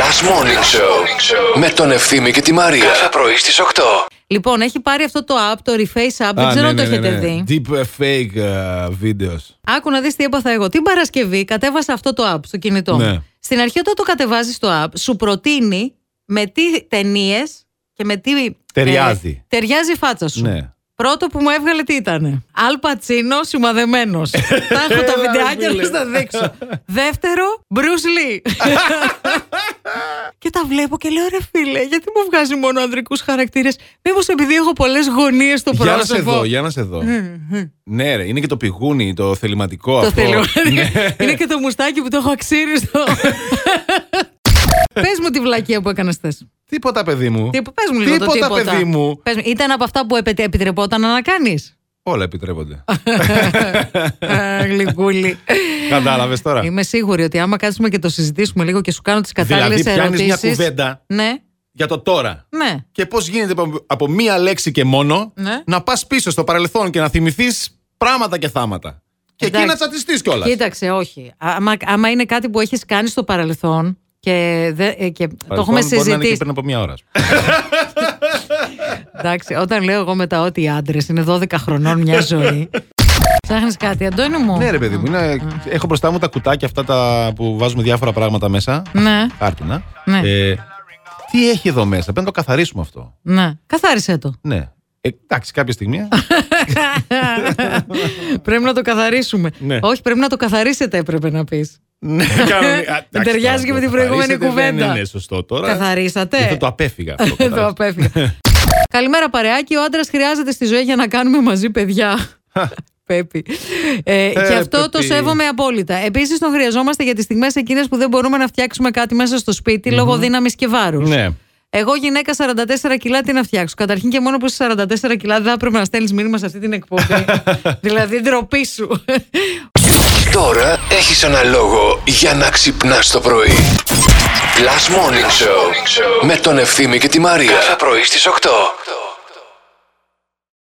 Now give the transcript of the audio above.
Last Morning Show με τον Ευθύμη και τη Μαρία. Κάθε πρωί στις 8. Λοιπόν, έχει πάρει αυτό το app, το Reface App. Δεν Α, ξέρω ναι, αν το ναι, ναι, έχετε ναι. δει. Deep fake ε, videos. Άκου να δεις τι έπαθα εγώ. Την Παρασκευή κατέβασα αυτό το app στο κινητό. Ναι. μου. Στην αρχή, όταν το κατεβάζεις το app, σου προτείνει με τι ταινίες και με τι. Ταιριάζει. ε, ταιριάζει η φάτσα σου. Ναι. Πρώτο που μου έβγαλε τι ήταν. Αλ Πατσίνο, σημαδεμένος. τα έχω τα Ε, Έλα, βιντεάκια φίλε. να στα δείξω. Δεύτερο, Bruce Lee. και τα βλέπω και λέω ρε φίλε, γιατί μου βγάζει μόνο ανδρικούς χαρακτήρες. Μήπως επειδή έχω πολλές γωνίες στο Για να σε πρόσωπο. δω, για να σε δω. ναι, ρε, είναι και το πηγούνι, το θεληματικό Το αυτό. θέλω. Ναι. Είναι και το μουστάκι που το έχω αξίριστο. Πες μου τη βλακία που έκανες χθες. Τίποτα, παιδί μου. Πες μου λίγο το Τίποτα, τίποτα. παιδί μου. Πες μου, ήταν από αυτά που επετε- επιτρεπόταν να κάνεις. Όλα επιτρέπονται. Ε, Γλυκούλη. Κατάλαβες τώρα. Είμαι σίγουρη ότι άμα κάτσουμε και το συζητήσουμε λίγο και σου κάνω τις κατάλληλε Ε. Δηλαδή, πιάνει ερωτήσει. μια κουβέντα Ναι, για το τώρα. ναι. Και πώς γίνεται από- από μία λέξη και μόνο Ναι. να πας πίσω στο παρελθόν και να θυμηθείς πράγματα και θάματα. Και εκεί Εντάξει. να τσατιστείς κιόλας. Κοίταξε, όχι. Άμα, άμα είναι κάτι που έχεις κάνει στο παρελθόν και, δεν- ε, και το έχουμε Μπορεί να είναι και συζητήσει. πριν από μία ώρα. Εντάξει, όταν λέω εγώ μετά ότι οι άντρες είναι 12 χρονών μια ζωή. Ψάχνεις κάτι, Αντώνη μου. ναι, ρε παιδί μου. είναι- έχω μπροστά μου τα κουτάκια αυτά τα που βάζουμε διάφορα πράγματα μέσα. Ναι, Χάρτινα. Ναι. Ε, τι έχει εδώ μέσα, πρέπει να το καθαρίσουμε αυτό. ναι. Καθάρισε το. Ναι. Ε, εντάξει, κάποια στιγμή. πρέπει να το καθαρίσουμε. Ναι. Όχι, πρέπει να το καθαρίσετε, έπρεπε να πεις. ναι, κανονικά. Δεν ταιριάζει και με την προηγούμενη κουβέντα. Ναι, ναι, σωστό τώρα. Καθαρίσατε. Δεν το απέφυγα. αυτό, Δεν το κατάλαβες. απέφυγα. Καλημέρα, παρεάκι. Ο άντρας χρειάζεται στη ζωή για να κάνουμε μαζί παιδιά. Πέπι. Ε, και αυτό το Πέπι. σέβομαι απόλυτα. Επίσης, τον χρειαζόμαστε για τις στιγμές εκείνες που δεν μπορούμε να φτιάξουμε κάτι μέσα στο σπιτι λόγω δύναμης και βάρους. Ναι. Εγώ, γυναίκα 44 κιλά, τι να φτιάξω. Καταρχήν και μόνο που είσαι 44 κιλά, δεν θα πρέπει να στέλνεις μήνυμα σε αυτή την εκπομπή. δηλαδή, ντροπή σου. Τώρα έχεις ένα λόγο για να ξυπνάς το πρωί. Last Morning Show με τον Ευθύμη και τη Μαρία. Κάθε πρωί στις 8.